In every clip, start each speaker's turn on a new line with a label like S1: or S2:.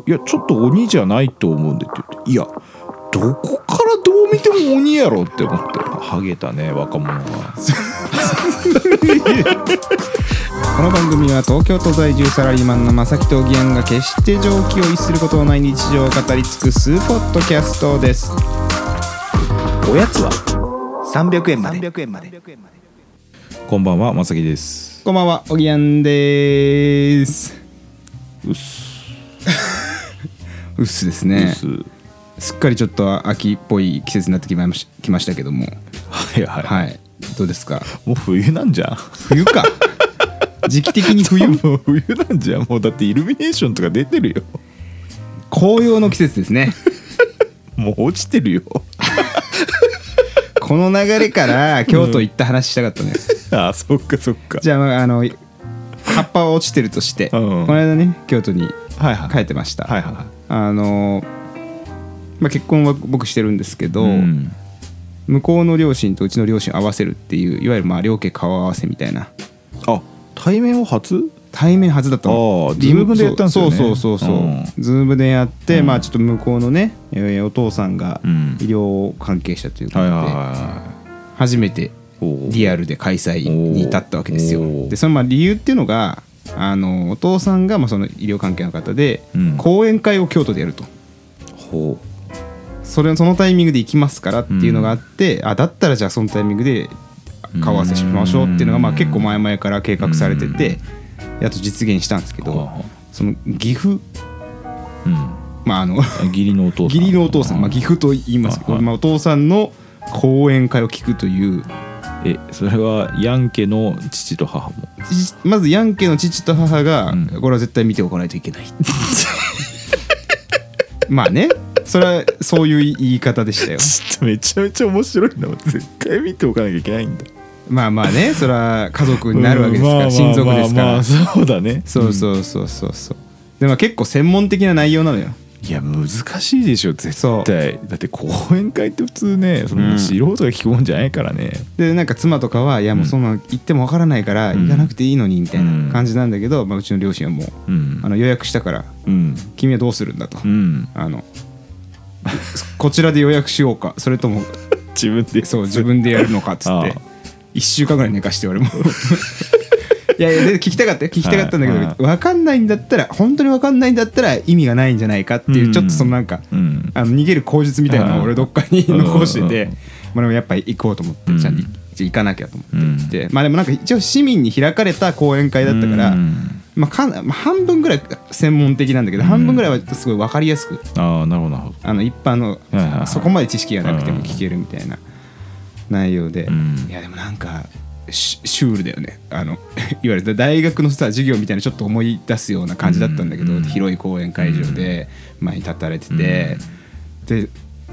S1: 「いやちょっと鬼じゃないと思うんで」って言って「いやどこからどう見ても鬼やろ」って思ってハゲたね若者は。
S2: この番組は東京都在住サラリーマンの正木とおぎやんが決して常軌を逸することのない日常を語り尽くすポッドキャストです
S3: おやつは300円まで円まで
S1: こんばんはまさきです。
S2: こんばんはおぎやんでーす
S1: うっす
S2: うっすです
S1: うっ
S2: ね
S1: す。
S2: すっかりちょっと秋っぽい季節になってきましきましたけども
S1: はいはい。
S2: はいどうですか
S1: もう冬なんじゃん。
S2: 冬か 時期的に
S1: 冬
S2: 冬
S1: もう冬なんじゃん。もうだってイルミネーションとか出てるよ。
S2: 紅葉の季節ですね
S1: もう落ちてるよ。
S2: この流れから京都行った話したかったね、
S1: あそっかそっか。
S2: じゃあ,、まあ、あの葉っぱは落ちてるとし
S1: う
S2: て、
S1: ん
S2: この間ね京都に
S1: はいはい。
S2: 帰ってました、
S1: はいはいはい
S2: あの、まあ、結婚は僕してるんですけど、
S1: うん
S2: 向こうの両親とうちの両親を合わせるっていういわゆるまあ両家顔合わせみたいな
S1: あ対面を初
S2: 対面はずだった
S1: あ
S2: の
S1: ー Zoom でやったんですよね
S2: そうそうそうそう、
S1: うん
S2: ズームでやって、
S1: うん
S2: まあちょっと向こうのね、えーお父さんが医
S1: うん
S2: 療関係者ということ
S1: は
S2: で、
S1: いはいは
S2: 初めて
S1: い。
S2: リ
S1: ア
S2: アルで開催に至ったわけですよ
S1: おー
S2: でそのまあ理由っていうのがあのお父さんがまあその医療関係の方で、
S1: うん
S2: 講演会を京都でやると
S1: ほ
S2: それそのタイミングで行きますからっていうのがあって、あだったらじゃあそのタイミングで顔合わせしましょうっていうのがまあ結構前々から計画されてて、やっと実現したんですけ
S1: う。
S2: ど、
S1: は
S2: その岐阜
S1: あうん。
S2: まああの
S1: 義理のお父さん
S2: 義理のお父さん、まあ、岐阜と言いますけど、
S1: はい
S2: まあ、お父さんの講演会を聞くという
S1: えそれはヤン家の父と母も
S2: まずヤンケの父と母が、
S1: うん
S2: これは絶対見ておかないとい けないまあねそれはそういう言い方でした よ
S1: ちょっとめちゃめちゃ面白いな絶対見ておかなきゃいけないんだ
S2: まあまあねそれは家族になるわけですから、親族ですから、
S1: そうだね
S2: そうそうそうそうそうでも結構専門的な内容なのよ
S1: いや難しいでしょ
S2: そ
S1: 絶
S2: う
S1: 対だって講演会って普通ねそ
S2: うん
S1: の素人が聞くもんじゃないからね、
S2: でなんか妻とかは「いやもうそんなん言ってもわからないから
S1: うん
S2: 行かなくていいのに」みたい
S1: うん
S2: な感じなんだけど、まあ、うちの両親はもう
S1: うん
S2: あの予約したから
S1: うん
S2: 君はどうするんだと、
S1: うん
S2: あのこちらで予約しようかそれとも
S1: 自分で
S2: そう自分でやるのかっつ
S1: あ
S2: っ
S1: あ
S2: て1週間ぐらい寝かして俺も いやいやで聞きたかったよ聞きたかったんだけど、
S1: はいはい
S2: 分かんないんだったら本当に分かんないんだったら意味がないんじゃないかっていう、
S1: うん
S2: ちょっとそのなんか、
S1: うん
S2: あの逃げる口実みたいなのを
S1: はい
S2: 俺どっかに
S1: うん
S2: 残してて、
S1: うん
S2: まあ、でもやっぱり行こうと思って、
S1: うん
S2: じゃあいじゃあ行かなきゃと思って
S1: うん
S2: 行って、まあでもなんか一応市民に開かれた講演会だったから、
S1: うん
S2: まあ、かなまあ半分ぐらい専門的なんだけど、
S1: うん
S2: 半分ぐらいはすごい分かりやすく
S1: ああなるほどなるほど
S2: あの一般の
S1: はいはいはい
S2: そこまで知識がなくても聞けるみたいな内容で、
S1: うん
S2: いやでもなんかシュシュールだよねあの いわゆる大学のさ授業みたいなちょっと思い出すような感じだったんだけど、
S1: うん
S2: 広い講演会場で前に立たれてて、で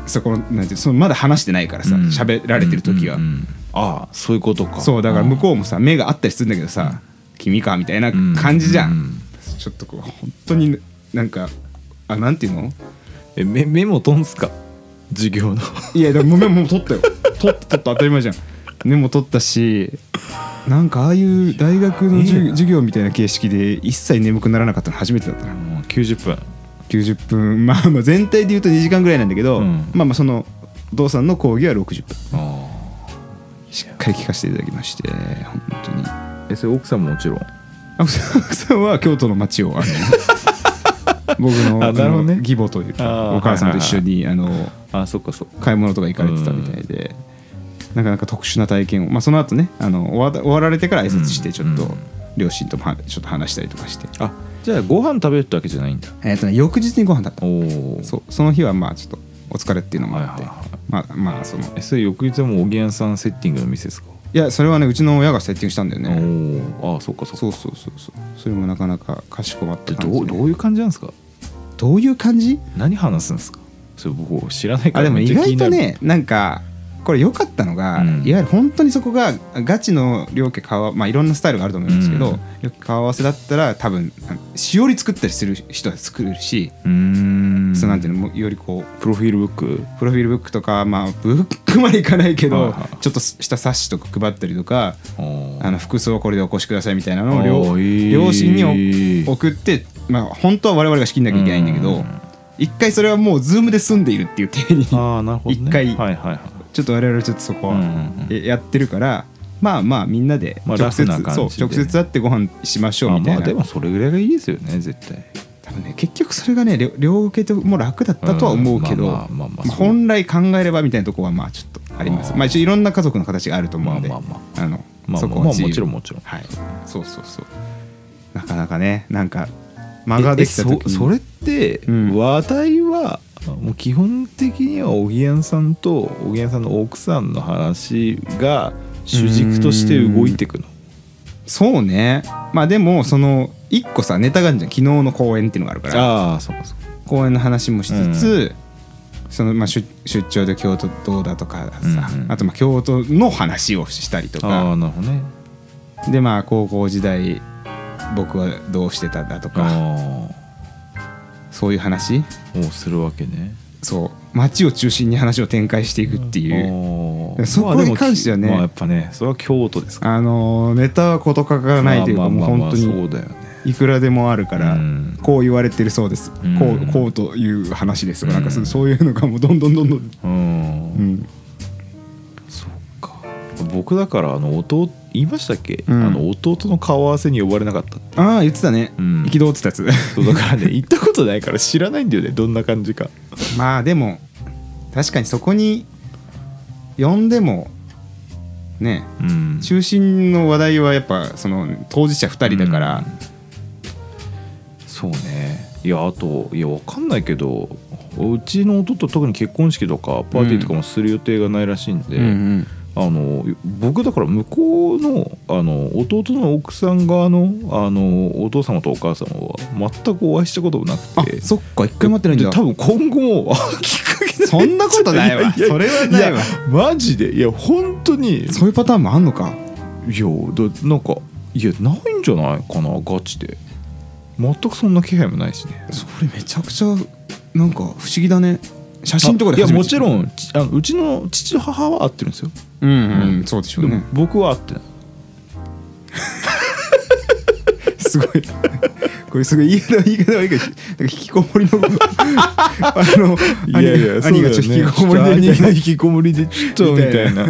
S2: そこのなんていうそのまだ話してないからさ
S1: うん
S2: 喋、られてる時は、
S1: うんうんああそういうことか
S2: そうだから向
S1: う
S2: こうもさ目があったりするんだけどさ「君か」みたいな感じじゃん、
S1: うんうん
S2: ちょっとこう本当になんかあなんていうの
S1: えメメモとんすか授業の
S2: いやでもメモ取ったよ取った取った当たり前じゃんメモ取ったしなんかああいう大学の授,、
S1: いいな
S2: 授業みたいな形式で一切眠くならなかったの初めてだったな
S1: もう90分
S2: 90分まあまあ全体で言うと2時間ぐらいなんだけ
S1: う
S2: ど、
S1: ん
S2: まあまあそのお父さんの講義は60分
S1: あ
S2: しっかり聞かせていただきまして本当にあ
S1: あえそれ奥さんももちろん
S2: 奥さん奥さんは京都の街をあの 僕の
S1: あなるほどね
S2: あの義母というか
S1: あー
S2: お母さんと一緒にあの
S1: あそっかそっか
S2: 買い物とか行かれてたみたいで、なかなか特殊な体験を、まあ、その後ねあの終わ終わられてから挨拶してちょっと、
S1: うんうん
S2: 両親ともはちょっと話したりとかして、
S1: あじゃあご飯食べるってわけじゃないんだ
S2: えーとね、翌日にご飯だった
S1: おお
S2: そうその日はまあちょっとお疲れっていうのもあっ
S1: はい
S2: て、
S1: はいはい
S2: まあまあその
S1: えそれ翌日はもうおぎやんさんセッティングの店ですか、
S2: いやそれはねうちの親がセッティングしたんだよね
S1: おおああそっかそっか
S2: そうそうそうそうそれもなかなかかしこまった
S1: で
S2: 感じ
S1: ど
S2: で
S1: うどういう感じなんですか
S2: どういう感じ
S1: 何話すんですかそれ僕知らないから
S2: あでも
S1: めっ
S2: 意
S1: ちゃ気
S2: 外
S1: にな
S2: と
S1: る
S2: ねなんかこれ良かったのが、
S1: うん
S2: いわゆる本当にそこがガチの両家顔合わまあいろんなスタイルがあると思うんですけど、
S1: うん
S2: 両家顔合わせだったら多分あのしおり作ったりする人は作るし、
S1: うーん
S2: そうなんていうのもうよりこう
S1: プロフィールブック
S2: プロフィールブックとかまあブックまでいかないけ
S1: はい
S2: ど
S1: はい
S2: ちょっとした冊子とか配ったりとかあ
S1: あ
S2: の服装はこれでお越しくださいみたいなのを両,、
S1: あーいい
S2: 両親にお送って、まあ、本当は我々が仕切んなきゃいけないんだけ
S1: う
S2: ど
S1: ん
S2: 一回それはもうズームで済んでいるっていう体にちょ
S1: あーなるほど、ね、
S2: 一回
S1: はいはいはい
S2: っと我々はちょっとそこ
S1: うんう
S2: は
S1: んうん
S2: えやってるから、まあまあみんなで
S1: まあ
S2: 直接、
S1: ラフな感
S2: そう
S1: じで
S2: 直接会ってご飯しましょう
S1: あ
S2: みたい
S1: ま
S2: な、
S1: あでもそれぐらいがいいですよね絶対
S2: 多分ね結局それがね両両家とも楽だったとは思うけど、
S1: うんまあまあまあまあ
S2: まあ本来考えればみたいなとこはまあちょっとあります
S1: あー
S2: まあ一応いろんな家族の形があると思うので、
S1: まあまあ
S2: あの
S1: まあ
S2: そこは
S1: まあ
S2: 自由
S1: もちろんもちろん
S2: はいそうそうそうなかなかねなんか間ができた時に
S1: ええそそれって
S2: うん
S1: 話題は、もう基本的にはおぎやんさんとおぎやんさんの奥さんの話が主軸として動いていくの
S2: そうねまあでもその一個さネタがあるじゃん昨日の公演っていうのがあるから
S1: ああそうかそうか
S2: 公演の話もしつつ、そのまあ出出張で京都どうだとかさ、
S1: うんうん
S2: あとまあ京都の話をしたりとか
S1: ああなるほどね
S2: でまあ高校時代僕はどうしてたんだとか
S1: あ
S2: そういう話
S1: あをするわけね
S2: そう街を中心に話を展開していくっていう、
S1: ああ
S2: そこに関してはね
S1: まあでもまあやっぱねそれは京都ですか
S2: あのーネタは事欠から
S1: ら
S2: ないというか、
S1: まあまあ
S2: もう
S1: まあ
S2: 本当
S1: そ
S2: に
S1: うだよね
S2: いくらでもあるから、
S1: うん
S2: こう言われてるそうです、
S1: うん
S2: こうこうという話ですが、なんか
S1: う
S2: そ
S1: ん
S2: そういうのがもうどんどんどんどん、
S1: うん
S2: うん、
S1: そうか僕だからあの弟言いましたっけ、
S2: うん
S1: あの弟の顔合わせに呼ばれなかったって
S2: ああ言ってたね
S1: うん
S2: 憤、ってたやつ
S1: そうだからね行ったことないから知らないんだよねどんな感じか
S2: まあでも確かにそこに呼んでもね
S1: うん
S2: 中心の話題はやっぱその当事者2人だから、
S1: うんそうねいやあといやわかんないけどうちの弟特に結婚式とかパーティーとかもする予定がないらしいんで、
S2: うん
S1: あの僕だから向こうのあの弟の奥さん側のあのお父様とお母様は全くお会いしたこともな
S2: あ
S1: くて
S2: そっか一回待ってないんだ
S1: で多分今後もきっかけない
S2: そんなこと ないわ
S1: いやいや
S2: それはないわ
S1: やマジでいや本当にいや
S2: そういうパターンもあんのか
S1: だなんかいやないんじゃないかなガチで全くそんな気配もないしね
S2: それめちゃくちゃなんか不思議だね写真とか
S1: い
S2: で
S1: や
S2: 初め
S1: も
S2: て
S1: ちろんちあのうちの父と母は会ってるんですよ
S2: うん
S1: う
S2: うんそうでしょ
S1: で
S2: う
S1: も
S2: ね
S1: 僕は会ってない
S2: すごい これすごい言い方言い方はいいけどなんか引きこもりの あの兄が兄がちょっと引きこもり でみたいな
S1: 引きこもりでちょっとみたいな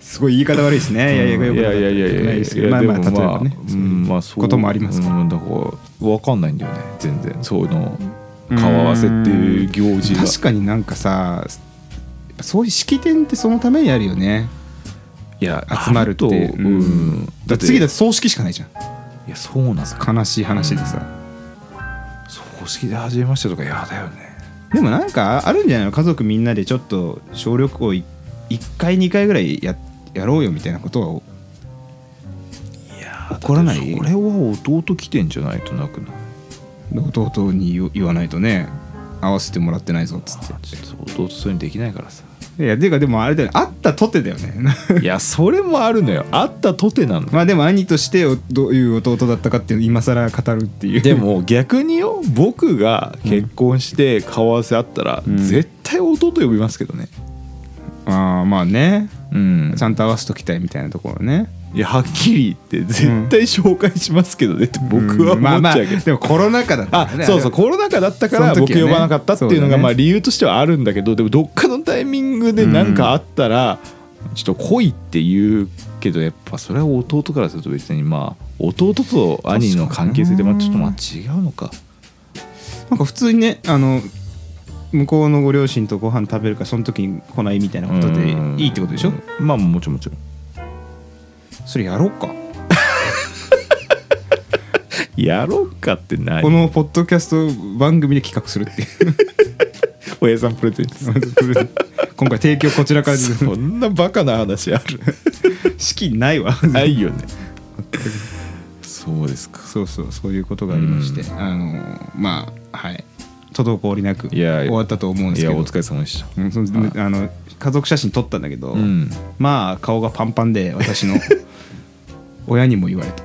S2: すごい言い方悪いですねいやいやよく
S1: い
S2: なか
S1: や
S2: った
S1: いやいやいや
S2: ない
S1: い
S2: ですけ
S1: や
S2: どまあまあ
S1: で
S2: 例え
S1: も
S2: ばね
S1: まあうんまあそう
S2: こともありますか
S1: うんだから分かんないんだよね全然そういうの顔合わせっていう行事が
S2: 確かになんかさそういう式典ってそのためにあるよね
S1: いや
S2: 集まるって
S1: あとう
S2: う
S1: んん
S2: だって次だ
S1: だ
S2: って葬式しかないじゃん
S1: いやそうなんですか
S2: 悲しい話でさ
S1: 葬式で始めましたとかやだよね
S2: でもなんかあるんじゃないの家族みんなでちょっと小旅行い1回2回ぐらいややろうよみたいなことはい
S1: やー
S2: 怒らない
S1: だってそれは弟来てんじゃないとなくない
S2: 弟に言言わないとね会わせてもらってないぞっつっ
S1: あちょっと弟そういうのできないからさ
S2: ていやていうかでもあれだよね会ったとてだよね
S1: いやそれもあるのよあったとてなの
S2: まあでも兄としておどういう弟だったかっていうのを今更語るっていう
S1: でも逆によ僕が結婚して顔合わせあったら、
S2: うん
S1: 絶対弟呼びますけどね
S2: ああまあね
S1: うん
S2: ちゃんと合わせときたいみたいなところね
S1: いやはっきり言って絶対紹介しますけどねって僕は
S2: うんま
S1: 思
S2: あ
S1: っ
S2: ま
S1: ちゃ
S2: あ
S1: うけど、
S2: でもコロナ禍だった
S1: あ
S2: からね
S1: そうそう
S2: あ
S1: コロナ禍だったから
S2: その
S1: 僕
S2: 時はね
S1: 呼ばなかったっていうの
S2: そうだ
S1: が
S2: ね
S1: まあ理由としてはあるんだけどでもどっかのタイミングで何かあったらちょっと来いって言うけどやっぱそれは弟からすると別にまあ弟と兄の関係性でまあちょっとまあ違うのか
S2: れなんか普通にねあの向こうのご両親とご飯食べるからその時に来ないみたいなことで
S1: うん
S2: いいってことでしょ
S1: まあもちろんもちろん
S2: それやろうか
S1: やろうかってない
S2: このポッドキャスト番組で企画するっていう
S1: 親さんプレゼンツ
S2: 今回提供こちらからです
S1: そんなバカな話あ る
S2: 資金ないわ
S1: ないよねそうですか
S2: そうそうそういうことがありまして、
S1: う
S2: あのまあはい滞りなく
S1: いや
S2: 終わったと思うんで
S1: い
S2: すけ
S1: や
S2: ど
S1: お疲れ様でした
S2: うんその
S1: はい
S2: あの家族写真撮ったんだけど、
S1: うん
S2: まあ顔がパンパンで 私の親にも言われた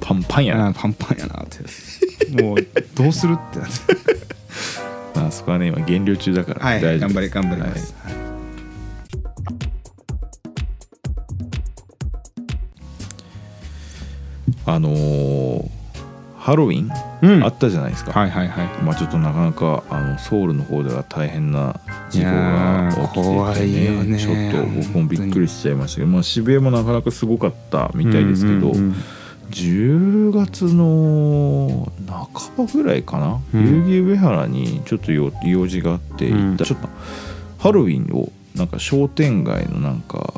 S1: パンパン
S2: い
S1: や
S2: や
S1: な
S2: なパンパンやなってもうどうするって なって
S1: まあそこはね今減量中だから、
S2: はい
S1: 大丈
S2: 頑
S1: 夫
S2: 張
S1: で
S2: り
S1: す
S2: 頑張ります、はい
S1: はいあのーハロウィン、
S2: うん
S1: あったじゃないですか、
S2: はいはいはい
S1: まあちょっとなかなかあのソウルの方では大変な事故
S2: いや
S1: が
S2: ー
S1: 起きてて、ね、
S2: 怖いよね
S1: ちょっと僕もびっくりしちゃいましたけど、まあ、渋谷もなかなかすごかったみたいですけど、
S2: うんうんうん
S1: 10月の半ばぐらいかな、
S2: うん
S1: 代々木上原にちょっと用用事があって
S2: うん
S1: 行った、ちょっとハロウィンをなんか商店街のなんか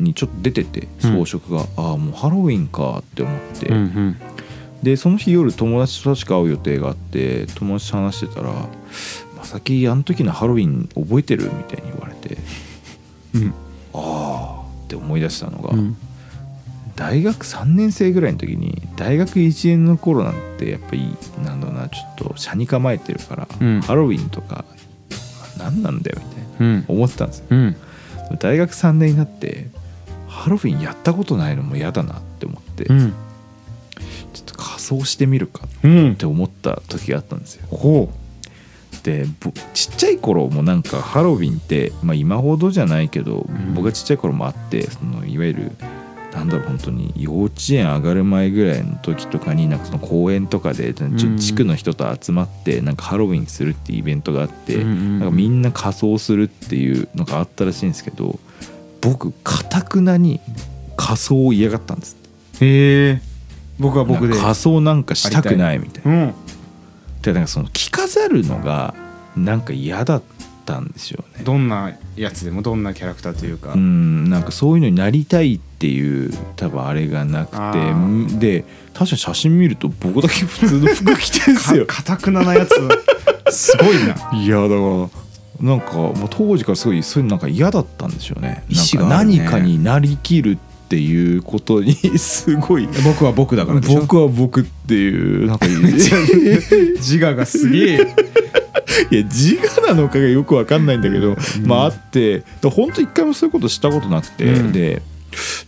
S1: にちょっと出てて装飾が、ああもうハロウィンかって思って、
S2: うんうん
S1: でその日夜友達と確か会う予定があって友達と話してたら「まさきあの時のハロウィン覚えてる?」みたいに言われて
S2: うん
S1: 「ああ」って思い出したのが、
S2: うん
S1: 大学3年生ぐらいの時に大学1年の頃なんてやっぱりなんだろうなちょっと車に構えてるから、
S2: うん
S1: ハロウィンとか何なんだよみたいな
S2: うん
S1: 思ってたんですよ
S2: うん
S1: 大学3年になってハロウィンやったことないのも嫌だなって思って、
S2: うん
S1: ちょっと仮装してみるか
S2: うん
S1: って思った時があったんですよ
S2: ほ
S1: でぼちっちゃい頃もなんかハロウィンって、まあ、今ほどじゃないけど、
S2: ん
S1: 僕がちっちゃい頃もあってそのいわゆるなんだろう本当に幼稚園上がる前ぐらいの時とかになんかその公園とかでちょ
S2: うん
S1: 地区の人と集まってなんかハロウィンするっていうイベントがあって、
S2: うんうん
S1: なんかみんな仮装するっていうのがあったらしいんですけど僕かたくなに仮装を嫌がったんです
S2: うへえ僕は僕
S1: なん
S2: で
S1: か仮装なんかしたくないみたいな。
S2: うん
S1: でなんかその着飾るのがなんか嫌だったんですよね
S2: どんなやつでもどんなキャラクターというか、
S1: うんなんかそういうのになりたいっていう多分あれがなく
S2: あ
S1: て
S2: ー
S1: んで確かに写真見ると僕だけ普通の服着てるん です
S2: か
S1: よ
S2: かたくななやつすごいない
S1: やだからなんかもう当時からすごいそういうのなんか嫌だったんですよね
S2: 意志
S1: なん
S2: があ
S1: か
S2: るね
S1: 何かになりきるっていうことに すごい
S2: 僕は僕だからでしょ
S1: 僕は僕っていうなんか い
S2: ちゃ自我がすげえ
S1: や自我なのかがよくわかんないんだけど、まああってだ本当一回もそういうことしたことなくて、
S2: うん
S1: で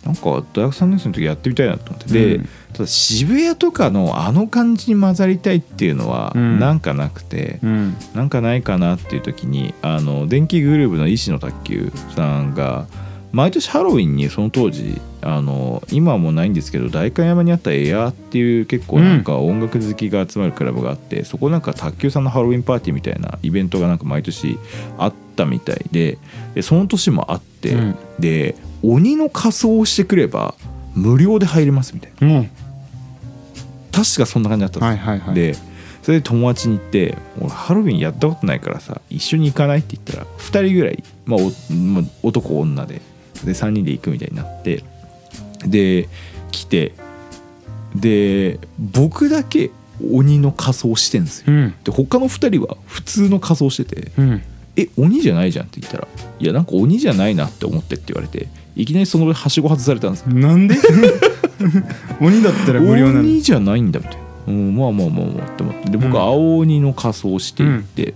S1: なんか大学3年生の時やってみたいなと思ってで、
S2: うん
S1: ただ渋谷とかのあの感じに混ざりたいっていうのは
S2: うん
S1: なんかなくて、
S2: うん
S1: なんかないかなっていう時にあの電気グループの石野卓球さんが毎年ハロウィンにその当時あの今はもうないんですけど代官山にあったエアーっていう結構なんか音楽好きが集まるクラブがあって、そこなんか卓球さんのハロウィンパーティーみたいなイベントがなんか毎年あったみたいででその年もあって、
S2: うん
S1: で鬼の仮装をしてくれば無料で入れますみたいな
S2: うん
S1: 確かそんな感じだったんですよ
S2: はいはいはい
S1: でそれで友達に行って「俺ハロウィンやったことないからさ一緒に行かない?」って言ったら2人ぐらい、まあおまあ男女でで3人で行くみたいになってで来てで僕だけ鬼の仮装してんですよ
S2: うん
S1: で他の2人は普通の仮装してて
S2: うん
S1: 「え鬼じゃないじゃん」って言ったら「いやなんか鬼じゃないなって思って」って言われていきなりそのはしご外されたんですよ
S2: なんで 鬼だったら無料なの
S1: 鬼じゃないんだみたいな、うん、まあまあまあまあって思ってで
S2: うん
S1: 僕青鬼の仮装をしていって、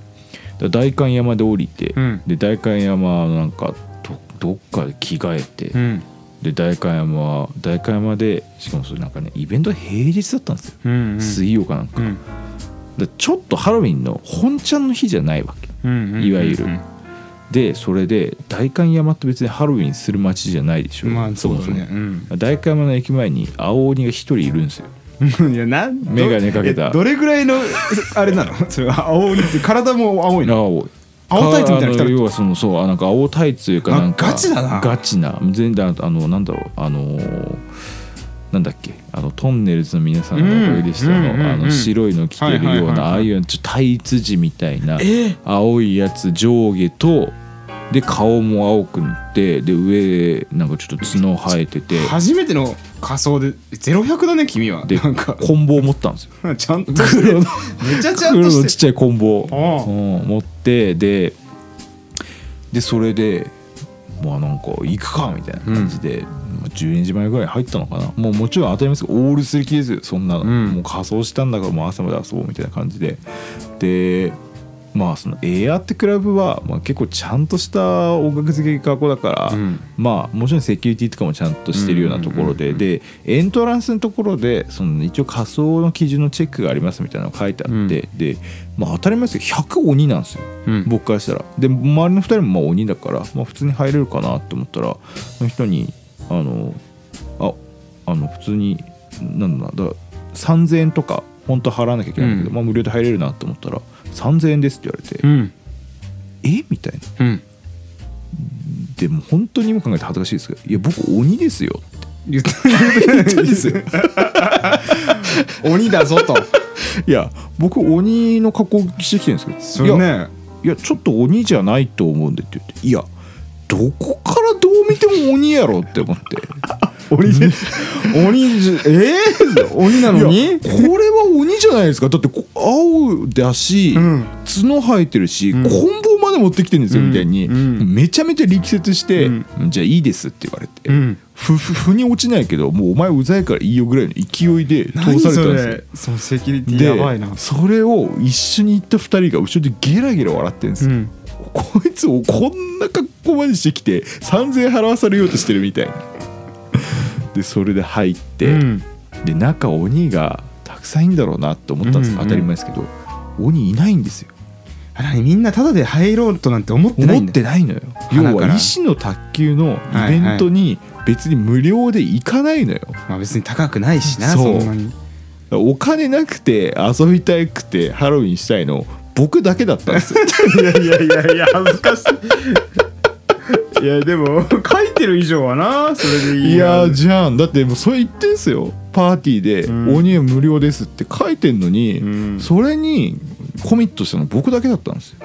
S1: だ代官山で降りて、
S2: うん
S1: で代官山なんかどどっかで着替えて、
S2: うん
S1: で代官山は代官山でしかもそれなんかねイベントが平日だったんですよ、
S2: うんうん
S1: 水曜かなんか、
S2: うん
S1: でちょっとハロウィンの本ちゃんの日じゃないわけ
S2: うんうん
S1: いわゆる
S2: うん
S1: でそれで代官山って別にハロウィンする街じゃないでしょ、
S2: まあそう
S1: も
S2: だ
S1: も
S2: ねうん
S1: 代官山の駅前に青鬼が一人いるんですよ
S2: いやなん ど
S1: 眼鏡かけた
S2: えどれぐらいの あれなのそれは青いって体も青いの
S1: 青い
S2: 青タイツみたいなの着た
S1: あ
S2: の
S1: 要はそのそうあなんか青タイツというかなんか
S2: あガチだな
S1: ガチな全然あのなんだろうあのーなんだっけあのトンネルズの皆さんのおかげでした
S2: うんうんうんうん
S1: のあの白いの着てるよう
S2: はいはいはいはい
S1: なああいうちょっとタイツ地みたいな
S2: え
S1: 青いやつ上下とで顔も青く塗ってで上なんかちょっと角生えてて
S2: 初めての仮装でゼロ百だね君は
S1: で
S2: なんか
S1: 棍棒持ったんですよ
S2: ちゃんとして
S1: 黒の
S2: めちゃちゃん
S1: 黒
S2: と
S1: のちっ
S2: して
S1: ちゃい棍棒
S2: ああ
S1: うん持ってででそれでまあなんか行くかみたいな感じで、まあ12時前ぐらいに入ったのかなもうもちろん当たり前ですけどオールする気ですよそんなの、
S2: うん
S1: もう仮装したんだからもう朝まで遊ぼうみたいな感じででまあそのエアってクラブは、まあ、結構ちゃんとした音楽好きな学校だから、
S2: うん
S1: まあもちろんセキュリティとかもちゃんとしてるようなところで、
S2: うんうん
S1: でエントランスのところでその一応仮想の基準のチェックがありますみたいなのが書いてあって、
S2: うん
S1: で、まあ、当たり前ですけど100鬼なんですよ、
S2: うん
S1: 僕からしたらで周りの2人もまあ鬼だから、まあ、普通に入れるかなって思ったらその人にあのああの普通になんだろうなだから3000円とか本当は払わなきゃいけないんだけど、
S2: うん
S1: まあ、無料で入れるなと思ったら3000円ですって言われて、
S2: うん
S1: えみたいな
S2: うん
S1: でも本当に今考えて恥ずかしいですけどいや僕鬼ですよって
S2: 言った
S1: 言ったん ですよ
S2: 鬼だぞと
S1: いや僕鬼の格好してきてるんですけど
S2: それ
S1: いや
S2: ね
S1: いやちょっと鬼じゃないと思うんでって言っていやどこからどう見ても鬼やろって思って
S2: 鬼で 鬼じ えー、鬼なの
S1: いや
S2: に
S1: これは鬼じゃないですかだってこ青だし、
S2: うん
S1: 角生えてるし、
S2: ん
S1: 棍棒まで持ってきてるんですよ、
S2: うん
S1: みたいに、
S2: うん
S1: めちゃめちゃ力説して、
S2: うん
S1: じゃあいいですって言われて、
S2: うん
S1: ふふふに落ちないけどもうお前うざいからいいよぐらいの勢いで通
S2: 何
S1: されたん
S2: そ
S1: ですよ
S2: れそのセキュリティ
S1: で
S2: やばいな
S1: それを一緒に行った2人が後ろでゲラゲラ笑ってるんですよ、
S2: ん
S1: こいつをこんな格好までしてきて3,000円払わされようとしてるみたいなでそれで入って、
S2: うん
S1: で中鬼がたくさんいんだろうなって思ったんですよ、
S2: うんうん
S1: 当たり前ですけど鬼いないんですよ
S2: あ何みんなタダで入ろうとなんて思ってない
S1: 思っ
S2: んだ
S1: てないのよ要
S2: 鼻から
S1: は医師の卓球のイベントに別に無料で行かないのよ、
S2: まあ別に高くないしな
S1: そ
S2: そう
S1: うん
S2: なに
S1: お金なくて遊びたくてハロウィンしたいの僕だけだったんですよ
S2: いやいやいやいや恥ずかしいいやでも書いてる以上はなそれでいい
S1: いやーじゃんだってもうそれ言ってんすよパーティーで「
S2: うん
S1: 鬼は無料です」って書いてんのに、
S2: うん
S1: それにコミットしたの僕だけだったんですよ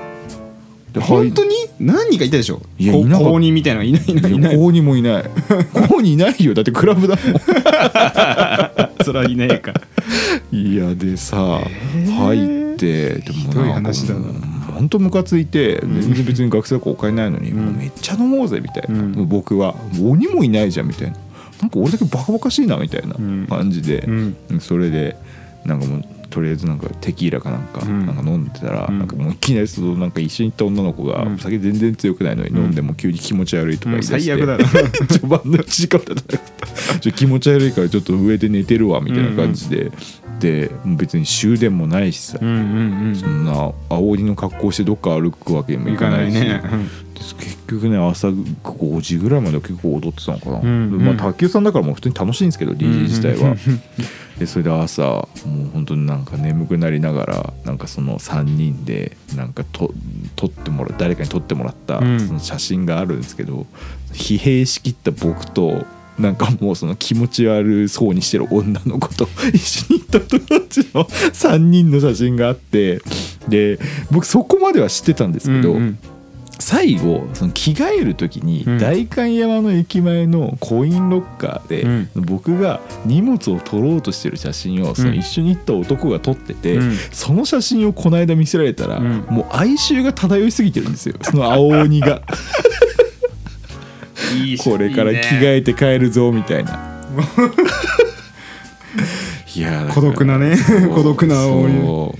S1: で
S2: 本
S1: に
S2: 当に何人かいたでしょ
S1: いや
S2: こ
S1: いなかった
S2: 公認みたいなのいないいないいない
S1: ここにもいないここにいないよだってクラブだもん
S2: それはいないか
S1: いやでさ、
S2: え
S1: 入ってでも
S2: ひどい話だな
S1: ほんとムカついて全然別に学生学校お金ないのに、もうめっちゃ飲もうぜみたいな、
S2: うん
S1: もう僕は鬼もいないじゃんみたいななんか俺だけバカバカしいなみたいなん感じで、
S2: うん
S1: それでなんかもうとりあえずなんかテキーラかなんか,、
S2: うん
S1: なんか飲んでたら、
S2: うん
S1: なんかもういきなりそのなんか一緒に行った女の子が、
S2: うん
S1: 酒全然強くないのに飲んでもう急に気持ち悪いとか言い出して、
S2: うん最 悪だな
S1: 序盤の1時間だったらちょ気持ち悪いからちょっと上で寝てるわみたいな感じで、でもう別に終電もないしさ、
S2: うんうん
S1: そんな青鬼の格好してどっか歩くわけに
S2: う
S1: も
S2: ん
S1: いかないし
S2: うん
S1: 結局ね朝5時ぐらいまで結構踊ってたのかな、
S2: う
S1: で
S2: ん
S1: まあ、卓球さんだからもう普通に楽しいんですけど DJ 自体は、でそれで朝もう本当になんか眠くなりながらなんかその3人でなんかと撮ってもら誰かに撮ってもらった
S2: うん
S1: その写真があるんですけど、疲弊しきった僕となんかもうその気持ち悪そうにしてる女の子と 一緒に行った友達の3人の写真があってで僕そこまでは知ってたんですけど、
S2: うんうん
S1: 最後その着替える時に
S2: うん
S1: 代官山の駅前のコインロッカーで、
S2: うん
S1: 僕が荷物を取ろうとしてる写真をその
S2: うん
S1: 一緒に行った男が撮ってて、
S2: うん
S1: その写真をこの間見せられたら、
S2: うん
S1: もう哀愁が漂いすぎてるんですよその青鬼が
S2: いい
S1: これから着替
S2: え
S1: えて帰るぞみたいな。いやだから
S2: 孤独なね 孤独な青鬼
S1: そ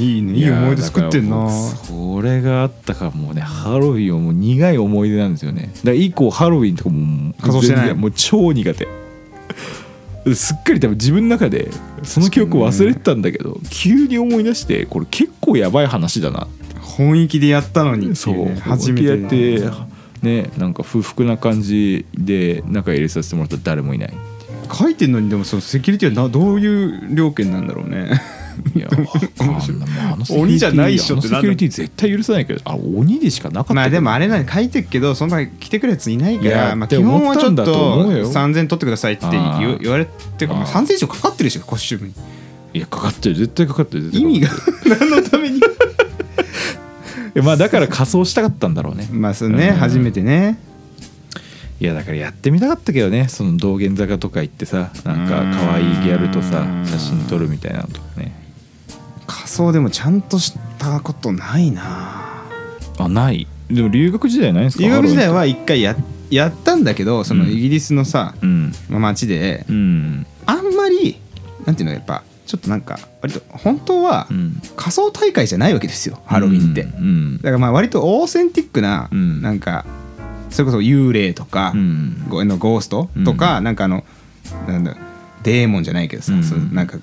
S1: う
S2: いいねいい思い出作ってん
S1: いや
S2: な
S1: だからもうそれがあったからもうねハロウィンはもう苦い思い出なんですよねだから以降ハロウィンとかももう
S2: 仮装してない
S1: 全然もう超苦手 すっかり多分自分の中でその記憶を忘れてたんだけど、急に思い出してこれ結構やばい話だな
S2: 本意気でやったのにって
S1: そ
S2: いうね初めて
S1: やってねなんか不服な感じで中入れさせてもらったら誰もいない
S2: 書いてんのにでもそのセキュリティはなどういう料金なんだろうね
S1: いやあのセキュリティ
S2: 鬼じゃないっしょって
S1: あのセ
S2: なんだ
S1: キュリティ絶対許さないけどあ鬼でしかなかったけど
S2: まあでもあれなに書いてるけどそんな来てくるやついないか
S1: いや
S2: らまあ
S1: って
S2: 基
S1: 思
S2: 本は
S1: っ
S2: ち
S1: た
S2: ょ
S1: ん
S2: っ
S1: だ
S2: と
S1: と思うよ
S2: 3000円取ってくださいって言
S1: あー
S2: う言われてるかまあ
S1: あー
S2: 3000以上かかってるでしょコスチュームに
S1: いやかかってる絶対かかってる絶対
S2: 意
S1: かかってる
S2: 味が 何のために
S1: いやまあだから仮装したかったんだろうね
S2: まあそうね
S1: うん
S2: 初めてね
S1: いやだからやってみたかったけどねその道玄坂とか行ってさなんか可愛いギャルとさ
S2: うん
S1: 写真撮るみたいなのとかね
S2: 仮装でもちゃんとしたことないな
S1: あないでも留学時代ないんですか
S2: 留学時代
S1: ハ
S2: は一回ややったんだけどその
S1: うん
S2: イギリスのさ
S1: ロウィンと
S2: まあ街で
S1: うんうん
S2: あんまりなんていうのやっぱちょっとなんか割と本当は
S1: うん
S2: 仮想大会じゃないわけですよハロウィンって、だ
S1: うん
S2: からまあ割とオーセンティックな、
S1: うん
S2: なんかそれこそ幽霊とか、
S1: うん
S2: ごのゴーストとか、なんかあのなんだデーモンじゃないけどさ、
S1: うん
S2: そうなんか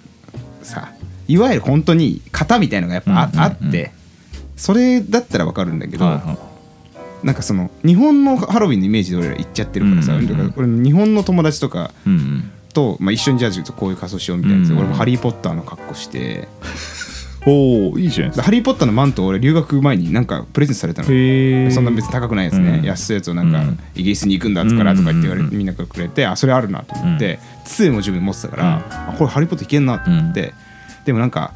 S2: さいわゆる本当に型みたいのがやっぱあ,、
S1: うんうんうん
S2: あってそれだったらわかるんだけど、
S1: はいはい
S2: なんかその日本のハロウィンのイメージで俺ら行っちゃってるからさ、
S1: うんうんうん
S2: だから俺日本の友達とか
S1: うん
S2: と、まあ、一緒にじゃあちょっとこういう仮装しようみたいなやつ、
S1: うんうん
S2: 俺も「ハリー・ポッター」の格好して
S1: おおいいじゃないで
S2: 「
S1: す
S2: ハリー・ポッター」のマントを俺留学前になんかプレゼントされたの
S1: かへ
S2: そんな別に高くないですね、
S1: うん
S2: 安いやつをなんか、
S1: うん
S2: イギリスに行くんだっつからとか言って言われ、
S1: うんうんうん
S2: みんながくれてあそれあるなと思って、杖も自分で持ってたから、あこれハリー・ポッターいけんなと思って、でもなんか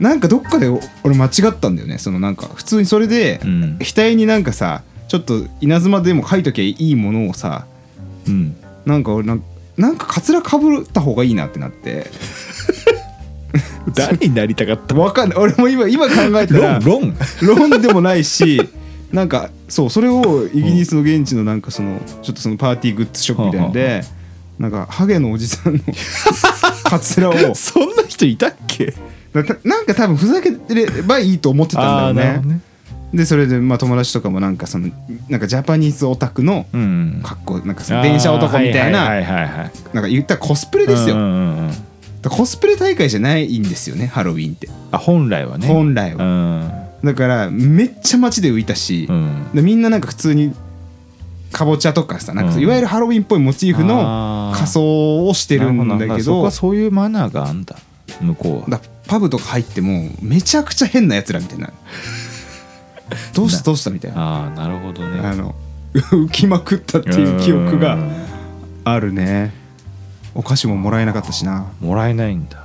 S2: なんかどっかでお俺間違ったんだよねそのなんか普通にそれで、
S1: うん
S2: 額になんかさちょっと稲妻でも書いときゃいいものをさ
S1: うん
S2: なんか俺なんかなんかカツラかぶった方がいいなってなって
S1: 誰になりたかった
S2: わかんない俺も今今考えたら
S1: ロンロン
S2: ロンでもないしなんかそうそれをイギリスの現地のなんかそのちょっとそのパーティーグッズショップみたいなのでなんかハゲのおじさんの カツラを
S1: そんな人いたっけ
S2: ななんか多分ふざけてればいいと思ってたんだよねでそれでまあ友達とかもなんかそのなんかジャパニーズオタクの
S1: うん
S2: 格好なんかその電車男みたい
S1: は
S2: な
S1: は
S2: い
S1: いはいはい
S2: なんか言ったらコスプレです
S1: うん
S2: よ
S1: うんうんうん
S2: だからコスプレ大会じゃないんですよねハロウィンって
S1: あ本来はね
S2: 本来
S1: う
S2: は
S1: ん
S2: だからめっちゃ街で浮いたし
S1: うん
S2: でみんななんか普通にかぼちゃとかさなんかさ
S1: うん
S2: いわゆるハロウィンっぽいモチーフ
S1: あ
S2: の
S1: ー
S2: 仮装をしてるんだ
S1: なほ
S2: け
S1: そこ
S2: ど
S1: はそういうマナーがあんだ向こうは
S2: だパブとか入ってもめちゃくちゃ変なやつらみた いなどうしたどうしたみたいな
S1: ああなるほどね
S2: あの 浮きまくったっていう記憶があるねお菓子ももらえなかったしな
S1: もらえないんだ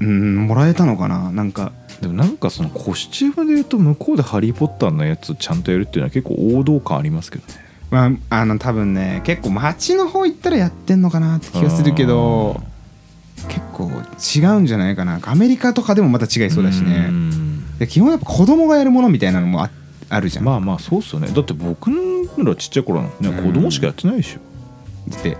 S2: うんもらえたのかななんか
S1: でもなんかそのコスチュームでいうと向こうで「ハリー・ポッター」のやつちゃんとやるっていうのは結構王道感ありますけどね
S2: まあ、あの多分ね結構街の方行ったらやってんのかなって気がするけど結構違うんじゃないかなアメリカとかでもまた違いそうだしね
S1: ん
S2: で基本やっぱ子供がやるものみたいなのもああるじゃん、
S1: まあまあそうっすよねだって僕らちっちゃい頃なんてね
S2: う
S1: 子
S2: ん
S1: 供しかやってないでしょ
S2: だって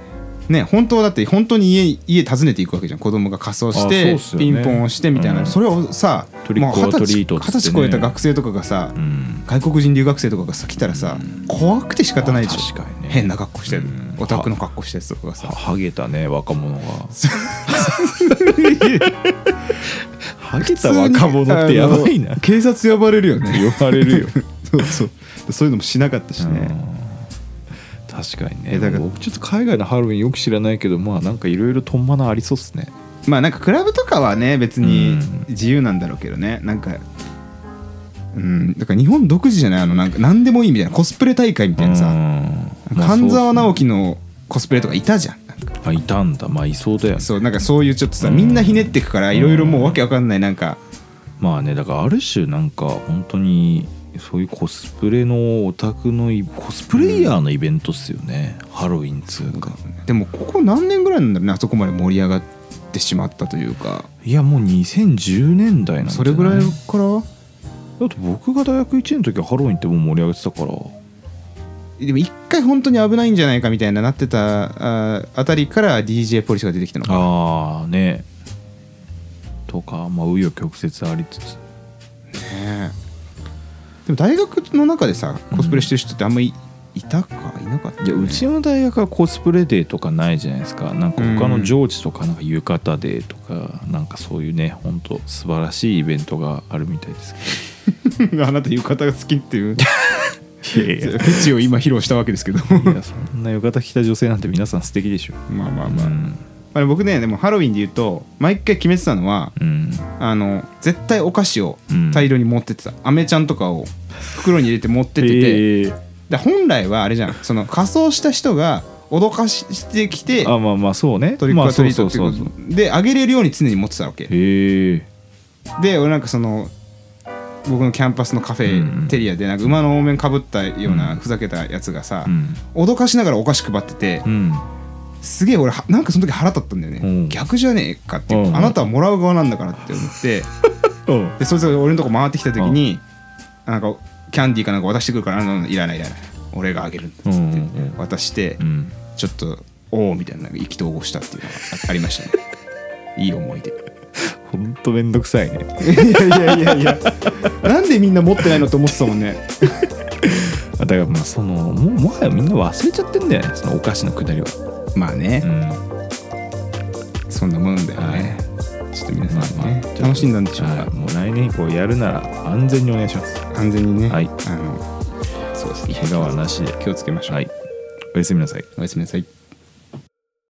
S2: ね本当はだって本当に家家訪ねていくわけじゃん子供が仮装して、
S1: あそうっすよ
S2: ピ
S1: ね
S2: ンポンをしてみたいな、
S1: うん
S2: それをさ
S1: トリック
S2: もう
S1: オアトリ
S2: 二十
S1: ート
S2: 歳
S1: っつってね
S2: 二十歳超えた学生とかがさ、
S1: うん
S2: 外国人留学生とかがさ来たらさ、怖くて仕方ないでしょ
S1: 確かにね
S2: 変な格好してる、
S1: うん
S2: オタクの格好したやつとかが
S1: は
S2: さ
S1: ハゲたね若者が ハゲた若者ってやばいな
S2: あの警察呼ばれるよね
S1: 呼ばれるよ
S2: そうそうそういうのもしなかったし
S1: う
S2: ね、
S1: ん確かに
S2: え
S1: ね
S2: だから
S1: 僕ちょっと海外のハロウィンよく知らないけどまあなんかいろいろとんまなありそうっすね
S2: まあなんかクラブとかはね別に自由なんだろうけどねなんかうんだから日本独自じゃないあのなんか何でもいいみたいなコスプレ大会みたいなさ、
S1: うんまあ
S2: 半沢
S1: そうっ
S2: 直樹のコスプレとかいたじゃんなんか
S1: すねあいたんだまあいそうだよね
S2: そうなんかそういうちょっとさみんなひねってくからいろいろもうわけわかんないなんか
S1: まあねだからある種なんか本当にそういうコスプレのオタクのイコスプレイヤーのイベントっすよね、ハロウィンっつうか
S2: でもここ何年ぐらいなんだろうねあそこまで盛り上がってしまったというか
S1: いやもう2010年代なんじゃない
S2: それぐらいから
S1: だって僕が大学1年の時はハロウィンってもう盛り上げてたから
S2: でも一回本当に危ないんじゃないかみたいななってたあーあたりから DJ ポリスが出てきたのか
S1: ああねとかまあ紆余曲折ありつつ
S2: ねでも大学の中でさコスプレしてる人ってあんまりいたかいなかった
S1: いやうちの大学はコスプレデーとかないじゃないですかなんか他のジョージとかなんか浴衣デーとかなんかそういうねほんと素晴らしいイベントがあるみたいです
S2: のあなた浴衣が好きって いう
S1: けどい
S2: フェチを今披露したわけですけど
S1: いやそんな浴衣着た女性なんて皆さん素敵でしょ
S2: まあまあ
S1: う
S2: まあ、
S1: ん、
S2: まあ、僕ねでもハロウィンで言うと毎回決めてたのは
S1: うん、
S2: あの絶対お菓子を
S1: うん
S2: 大量に持ってってた、アメちゃんとかを袋に入れて持ってってて、
S1: え
S2: で本来はあれじゃんその仮装した人が脅かしてきて
S1: ーあまあまあそうね
S2: トリック
S1: ま
S2: ア
S1: あ
S2: ト
S1: そ
S2: リ
S1: う
S2: ート
S1: そ
S2: っ
S1: う
S2: てい
S1: そうう
S2: こ
S1: そう
S2: とであげれるように常に持ってたわけ
S1: へえ
S2: で俺なんかその僕のキャンパスのカフ
S1: うんう
S2: ェ
S1: ん
S2: テリアでなんか馬の多めにかぶったような
S1: うん
S2: ふざけたやつがさ、
S1: うん
S2: 脅かしながらお菓子配ってて、
S1: うん
S2: すげえ俺はなんかその時腹立ったんだよね、
S1: うん
S2: 逆じゃねえかっていう、
S1: うん
S2: あなたはもらう側なんだからって思 ってでそいつが俺のとこ回ってきた時に、なんかキャンディーかなんか渡してくるからあのいらないいらない俺があげるんだっつって、
S1: うんうん
S2: 渡して、
S1: うん
S2: ちょっとおおみたいななんか意気投合したっていうのがあありましたねいい思い出
S1: ほんとめんどくさいね
S2: いやいやいやいやなんでみんな持ってないのって思ってたもんね
S1: あだからまあそのもうもはやみんな忘れちゃってんだよねそのお菓子のくだりは
S2: まあね、
S1: ん
S2: そんなもんだよね、ちょっと皆さんね、楽しんだんでしょうか、
S1: はいもう来年以降やるなら安全にお願いします
S2: 完全にね、
S1: はい
S2: あのそうですね
S1: 怪我はなしで
S2: 気をつけましょう、
S1: はいおやすみなさい
S2: おやすみなさい